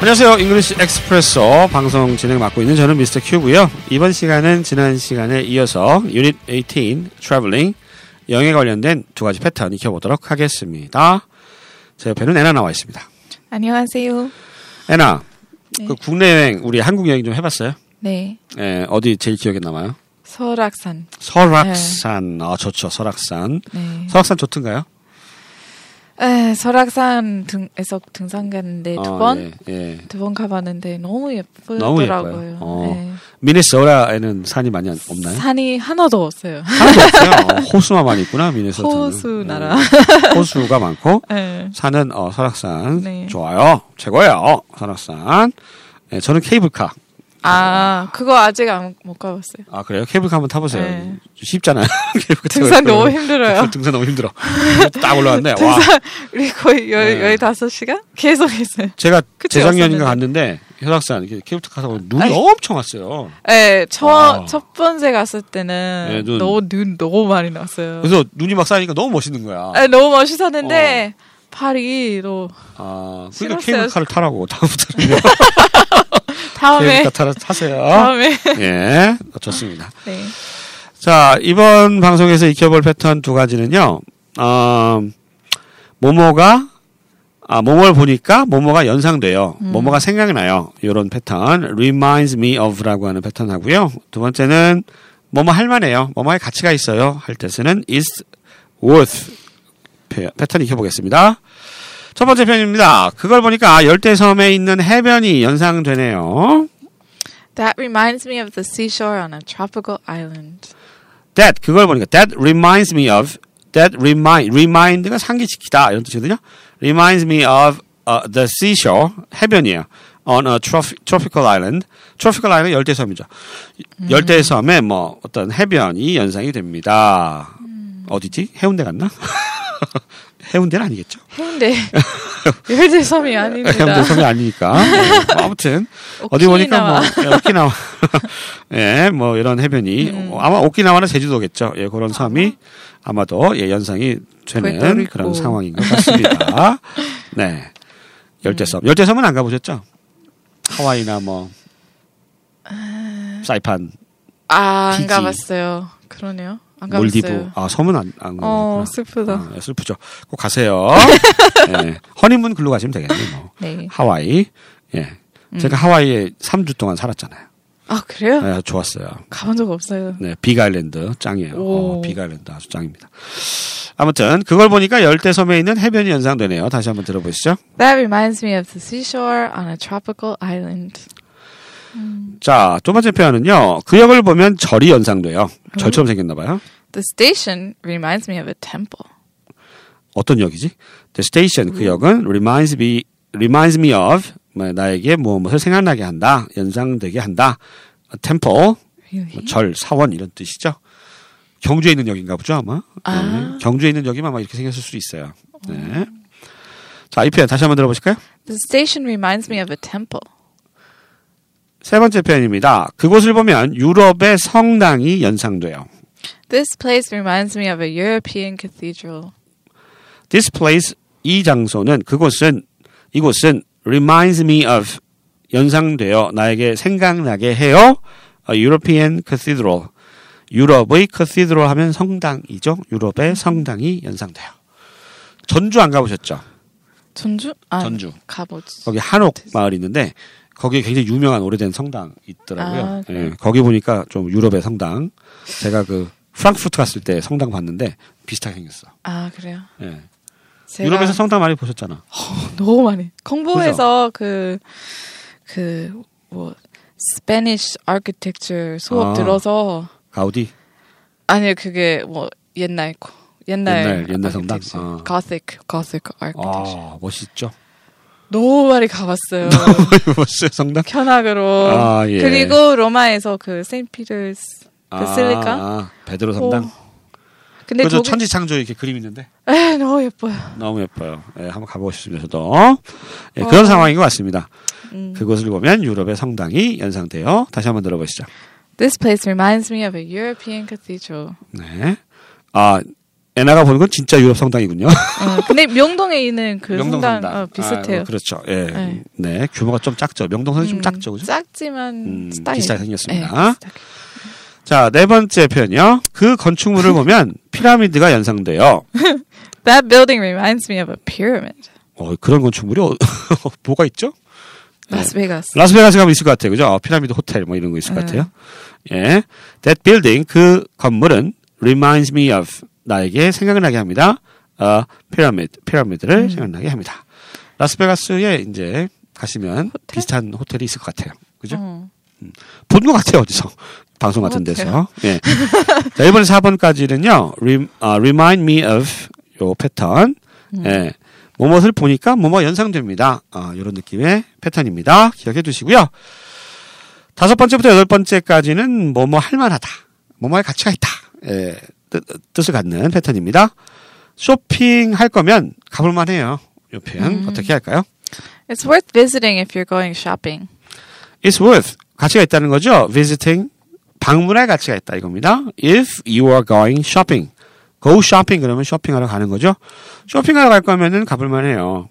안녕하세요. 잉글리시 엑스프레소 방송 진행 맡고 있는 저는 미스터 큐고요. 이번 시간은 지난 시간에 이어서 유닛 18 트래블링 영에 관련된 두 가지 패턴 익혀보도록 하겠습니다. 제 옆에는 애나 나와 있습니다. 안녕하세요. 애나, 네. 그 국내 여행 우리 한국 여행 좀 해봤어요? 네. 예, 어디 제일 기억에 남아요? 설악산. 설악산. 아 좋죠. 설악산. 네. 설악산 좋던가요? 에, 설악산 등에서 등산 갔는데 어, 네, 두 번, 예, 예. 두 번 가봤는데 너무 예쁘더라고요. 너무 예뻐요. 어. 미네소라에는 산이 많이 안- 네. 없나요? 산이 하나도 없어요. 산도 없어요. 어, 호수만 있구나 미네소타는. 호수 나라. 음, 호수가 많고 네. 산은 어, 설악산 네. 좋아요. 최고예요. 설악산. 네, 저는 케이블카. 아, 그거 아직 안 못 가봤어요. 아 그래요? 케이블카 한번 타보세요. 네. 쉽잖아요. 케이블카 타고 등산 너무 있으면. 힘들어요. 등산 너무 힘들어. 딱 올라왔네. 와. 우리 거의 열, 네. 열다섯 시간? 계속 했어요. 제가 그치, 재작년인가 왔었는데. 갔는데 설악산 이렇게 케이블카 타고 눈이 아이. 엄청 왔어요. 네, 와. 첫, 첫 번째 갔을 때는 네, 눈. 너무 눈 너무 많이 났어요. 그래서 눈이 막 쌓이니까 너무 멋있는 거야. 네, 너무 멋있었는데, 어. 팔이 너 아, 그러니까 싫었어요. 케이블카를 타라고 다음부터는 다음에 케이블카 타라 타세요. 다음에 예, 좋습니다. 네. 자, 이번 방송에서 익혀볼 패턴 두 가지는요. 어, 모모가 아, 모모를 보니까 모모가 연상돼요. 모모가 생각나요. 요런 패턴. reminds me of라고 하는 패턴 하고요. 두 번째는 모모 할 만해요. 모모의 가치가 있어요. 할 때 쓰는 is worth 패- 패턴 익혀보겠습니다. 첫 번째 편입니다. 그걸 보니까 아, 열대섬에 있는 해변이 연상되네요. That reminds me of the seashore on a tropical island. That 그걸 보니까 that reminds me of that remind remind가 상기시키다 이런 뜻이거든요. Reminds me of uh, the seashore 해변이에요. On a trof- tropical island. Tropical island 열대섬이죠. 열대섬에 뭐 어떤 해변이 연상이 됩니다. 어디지? 해운대 갔나? 해운대는 아니겠죠. 해운대 열대섬이 아닙니다. 해운대섬이 아니니까. 네. 뭐 아무튼 어디 보니까 뭐 예, 오키나와 예, 뭐 이런 해변이 음. 어, 아마 오키나와는 제주도겠죠. 예, 아. 그런 섬이 아마도 예, 연상이 되는 푸에르토리코. 그런 상황인 것 같습니다. 네. 열대섬. 열대섬은 안 가보셨죠? 하와이나 뭐 사이판, 아, 안 피지. 가봤어요. 그러네요. 안 몰디브. 가봤어요. 아, 섬은 안, 안 가보셨구나. 어, 슬프다. 아, 슬프죠. 꼭 가세요. 예. 허니문 글로 가시면 되겠네요. 뭐. 네. 하와이. 예. 음. 제가 하와이에 3주 동안 살았잖아요. 아, 그래요? 네, 좋았어요. 가본 적 없어요. 네, 빅아일랜드 짱이에요. 오. 어, 빅아일랜드 아주 짱입니다. 아무튼 그걸 보니까 열대섬에 있는 해변이 연상되네요. 다시 한번 들어보시죠. That reminds me of the seashore on a tropical island. 자, 두 번째 표현은요. 그 역을 보면 절이 연상돼요. 절처럼 생겼나 봐요. The station reminds me of a temple. 어떤 역이지? The station 그 역은 reminds me reminds me of 뭐, 나에게 무엇을 생각나게 한다. 연상되게 한다. A temple 뭐 Really? 절, 사원 이런 뜻이죠. 경주에 있는 역인가 보죠 아마. 아. 네, 경주에 있는 역이면 아마 이렇게 생겼을 수도 있어요. 네. 자, 이 표현 다시 한번 들어보실까요? The station reminds me of a temple. 세 번째 표현입니다. 그곳을 보면 유럽의 성당이 연상돼요. This place reminds me of a European cathedral. This place 이 장소는 그곳은 이곳은 reminds me of 연상돼요. 나에게 생각나게 해요. A European Cathedral. 유럽의 cathedral 하면 성당이죠. 유럽의 성당이 연상돼요. 전주 안 가보셨죠? 전주? 아, 전주. 가보지. 거기 한옥 마을 이 있는데 거기에 굉장히 유명한 오래된 성당 있더라고요. 아, 예, 그래요? 거기 보니까 좀 유럽의 성당. 제가 그 프랑크푸르트 갔을 때 성당 봤는데 비슷하게 생겼어. 아 그래요. 예. 제가 유럽에서 성당 많이 보셨잖아. 너무 많이 공부해서 그 그 뭐 스페니쉬 아키텍처 수업 아. 들어서 가우디. 아니 그게 뭐 옛날 거 옛날 옛날- 옛날 성당? 아. gothic gothic architecture 아 멋있죠. 아. 너무 많이 가봤어요 멋있어요 성당. 현악으로 아, 예. 그리고 로마에서 그 세인트 피터스 베실리카? 아, 베드로 성당. 오. 근데 그죠 저기 천지창조 이렇게 그림 있는데 에, 너무 예뻐요 너무 예뻐요. 예, 한번 가보고 싶습니다. 저도 예, 그런 어. 상황인 것 같습니다. 음. 그곳을 보면 유럽의 성당이 연상돼요. 다시 한번 들어보시죠. This place reminds me of a European cathedral 네. 아, 애나가 보는 건 진짜 유럽 성당이군요. 어, 근데 명동에 있는 그 명동 성당, 어, 비슷해요. 아, 그렇죠. 예. 네. 네. 규모가 좀 작죠. 명동선이 어, 좀 음, 작죠. 그죠? 작지만 음, 스타일. 비슷하게 네, 생겼습니다. 비슷하게. 자, 네 번째 표현이요. 그 건축물을 보면 피라미드가 연상돼요. That building reminds me of a pyramid. 어, 그런 건축물이 어, 뭐가 있죠? Las 네. Vegas. 라스베가스 가면 있을 것 같아요. 그죠? 어, 피라미드 호텔 뭐 이런 거 있을 것 네. 같아요. 예. That building, 그 건물은 reminds me of, 나에게 생각나게 합니다. 어, 피라미드, 피라미드를 음. 생각나게 합니다. 라스베가스에 이제 가시면 비슷한 호텔이 있을 것 같아요. 그죠? 어. 본 것 같아요, 어디서. 방송 같은 것 데서. 예. 자, 1번에서 4번까지는요, rem, 아, remind me of 요 패턴. 예. 뭐뭇을 보니까 뭐뭐 연상됩니다. 아, 요런 느낌의 패턴입니다. 기억해 두시고요. 다섯 번째부터 여덟 번째까지는 뭐뭐 할만하다. 뭐뭐에 가치가 있다. 예. 뜻, 뜻을 갖는 패턴입니다. 쇼핑할 거면 가볼만 해요. 요 표현 어떻게 할까요? It's worth visiting if you're going shopping. It's worth 가치가 있다는 거죠. Visiting 방문할 가치가 있다 이겁니다. If you are going shopping, go shopping 그러면 쇼핑하러 가는 거죠. 쇼핑하러 갈 거면은 가볼만해요.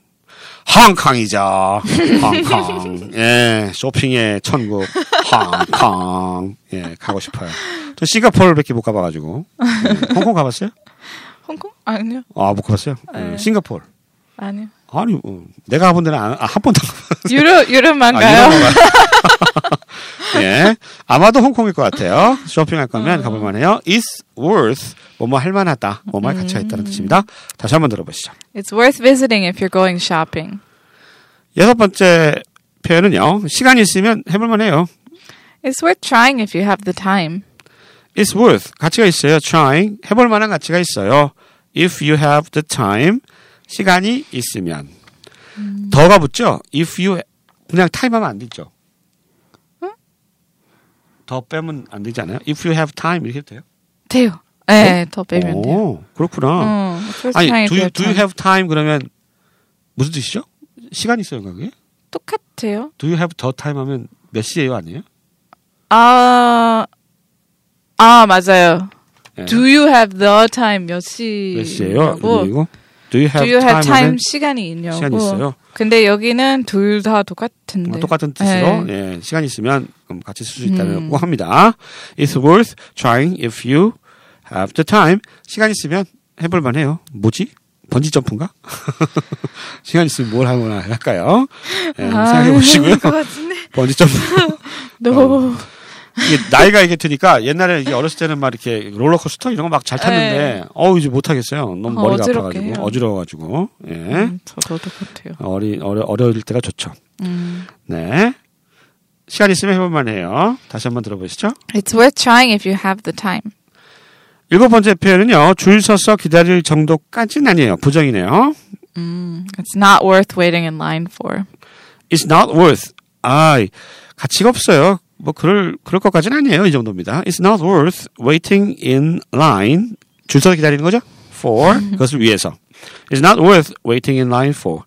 홍콩이죠. 홍콩. 예, 쇼핑의 천국. 홍콩. 예, 가고 싶어요. 저 싱가포르밖에 못 가봐가지고. 예, 홍콩 가봤어요? 홍콩? 아니요. 아, 못 가봤어요. 예, 네. 싱가포르. 아니요. 아니, 어, 내가 가본 데는 안- 아, 한 번도 안 유럽 유럽만 아, 가요. 이런 건가요? 예. 아마도 홍콩일 것 같아요. 쇼핑할 음. 거면 가볼만 해요. It's worth, 뭐뭐 할만하다. 음. 뭐뭐할 가치가 있다는 뜻입니다. 다시 한번 들어보시죠. It's worth visiting if you're going shopping. 여섯 번째 표현은요. 시간이 있으면 해볼만 해요. It's worth trying if you have the time. It's worth, 가치가 있어요. trying, 해볼만한 가치가 있어요. If you have the time, 시간이 있으면. 음. 더가 붙죠? If you, 그냥 time 하면 안 되죠. 더 빼면 안 되지 않아요? If you have time 이렇게 해도 돼요? 돼요. 네, 더 빼면 돼요. 어? 오, 그렇구나. 어, it's worth trying 아니, if do you, do you time. have time 그러면 무슨 뜻이죠? 시간 있어요, 그게? 똑같아요. Do you have the time 하면 몇 시예요, 아니에요? 아, 아 맞아요. 예. Do you have the time 몇 시? 몇 시예요? 그리고 do you have Do you have time 하면 time 시간이 있냐고. 시간이 있어요. 근데 여기는 둘 다 똑같은데. 어, 똑같은 뜻으로 네. 음. 예, 시간 있으면 그럼 같이 쓸 수 있다고 합니다. It's worth trying if you have the time. 시간 있으면 해볼만 해요. 뭐지? 번지 점프인가? 시간 있으면 뭘 하거나 할까요? 예, 아, 생각해 보시고요. 어, 그거 같은데. 번지 점프. 너무 이게 나이가 이게 드니까 옛날에 이게 어렸을 때는 막 이렇게 롤러코스터 이런 거 막 잘 탔는데 어우 이제 못 하겠어요. 너무 네. 어, 머리가 어지럽게 아파가지고 해요. 어지러워가지고 예 음, 저도 똑같아요. 어리 어려 어려울 때가 좋죠. 음. 네 시간 있으면 해볼만 해요. 다시 한번 들어보시죠. It's worth trying if you have the time. 일곱 번째 표현은요 줄 서서 기다릴 정도까지는 아니에요 부정이네요. 음, it's not worth waiting in line for. It's not worth 아 가치가 없어요. 뭐 그럴 그럴 것까지는 아니에요 이 정도입니다. It's not worth waiting in line 줄 서서 기다리는 거죠. For 그것을 위해서. It's not worth waiting in line for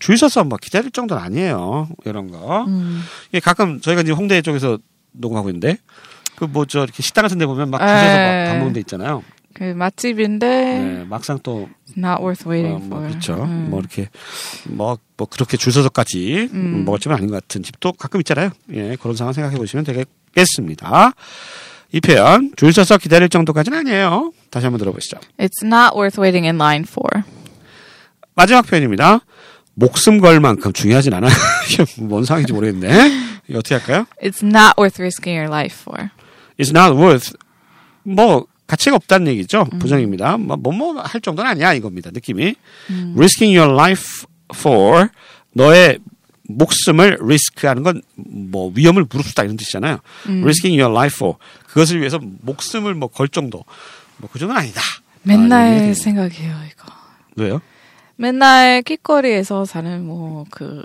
줄 서서 뭐 기다릴 정도는 아니에요 이런 거. 음. 예, 가끔 저희가 지금 홍대 쪽에서 녹음하고 있는데 그 뭐 저 이렇게 식당 같은 데 보면 막 줄 서서 막 에이. 밥 먹는 데 있잖아요. 그 맛집인데 네, 막상 또 it's not worth waiting 어, 뭐 for. 그렇죠. 음. 뭐 이렇게 뭐 뭐 그렇게 줄 서서까지 음. 먹을 집은 아닌 것 같은 집도 가끔 있잖아요. 예, 그런 상황 생각해 보시면 되겠습니다. 이 표현 줄 서서 기다릴 정도까지는 아니에요. 다시 한번 들어보시죠. It's not worth waiting in line for. 마지막 표현입니다. 목숨 걸 만큼 중요하진 않아요. 이게 뭔 상황인지 모르겠네. 이거 어떻게 할까요? It's not worth risking your life 아, for. It's not worth 뭐 가치가 없다는 얘기죠. 음. 부정입니다. 뭐뭐할 정도는 아니야 이겁니다. 느낌이 음. risking your life for 너의 목숨을 risk하는 건 뭐 위험을 무릅쓰다 이런 뜻이잖아요. 음. risking your life for 그것을 위해서 목숨을 뭐 걸 정도 뭐 그 정도는 아니다. 아, 이런 맨날 얘기가 되네요. 생각해요 이거. 왜요? 맨날 길거리에서 사는 뭐 그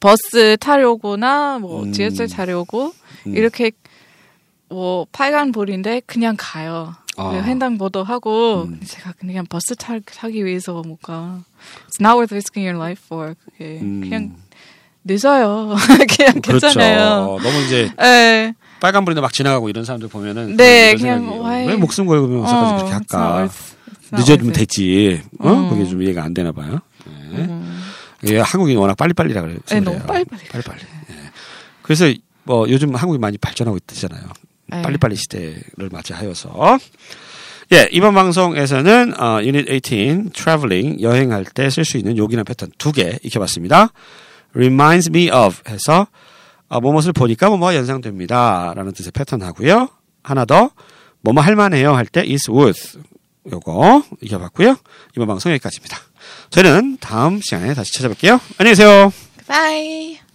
버스 타려고나 뭐 음. 지하철 타려고 음. 이렇게 뭐 빨간 불인데 그냥 가요. 아. 음. 그 횡단보도 하고 제가 그냥 버스 타, 타기 위해서 못 가. It's not worth risking your life for 그게 음. 그냥 늦어요. 그냥 괜찮아요. 그렇죠. 너무 이제 예. 빨간 불인데 막 지나가고 이런 사람들 보면은 네, 이런 그냥 생각이에요. why- 왜 목숨 걸면서까지 어, 그렇게 it's not 할까? worth- not 늦어지면 worth it. 됐지. 어? 아, 음. 그게 좀 이해가 안 되나 봐요. 네. 음. 예, 한국이 워낙 빨리빨리라 그래요. 네, 너무 빨리빨리. 빨리빨리. 예. 그래서 뭐 요즘 한국이 많이 발전하고 있잖아요. 네. 빨리빨리 시대를 맞이하여서. 예, 이번 방송에서는 어, 유닛 18 트래블링 여행할 때 쓸 수 있는 요긴한 패턴 두 개 익혀봤습니다. reminds me of 해서 아, 뭐뭇을 보니까 뭐뭐가 연상됩니다라는 뜻의 패턴 하고요. 하나 더 뭐뭐 할만해요 할 때 is worth 요거 익혀봤고요. 이번 방송 여기까지입니다. 저희는 다음 시간에 다시 찾아뵐게요. 안녕히 계세요. Bye.